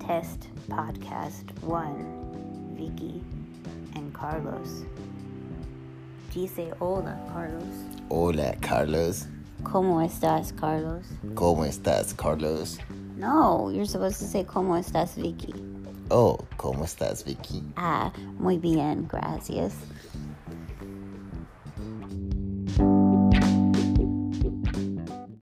Test Podcast 1, Vicky and Carlos. Dice hola, Carlos. Hola, Carlos. ¿Cómo estás, Carlos? ¿Cómo estás, Carlos? No, you're supposed to say ¿Cómo estás, Vicky? Oh, ¿cómo estás, Vicky? Ah, muy bien, gracias.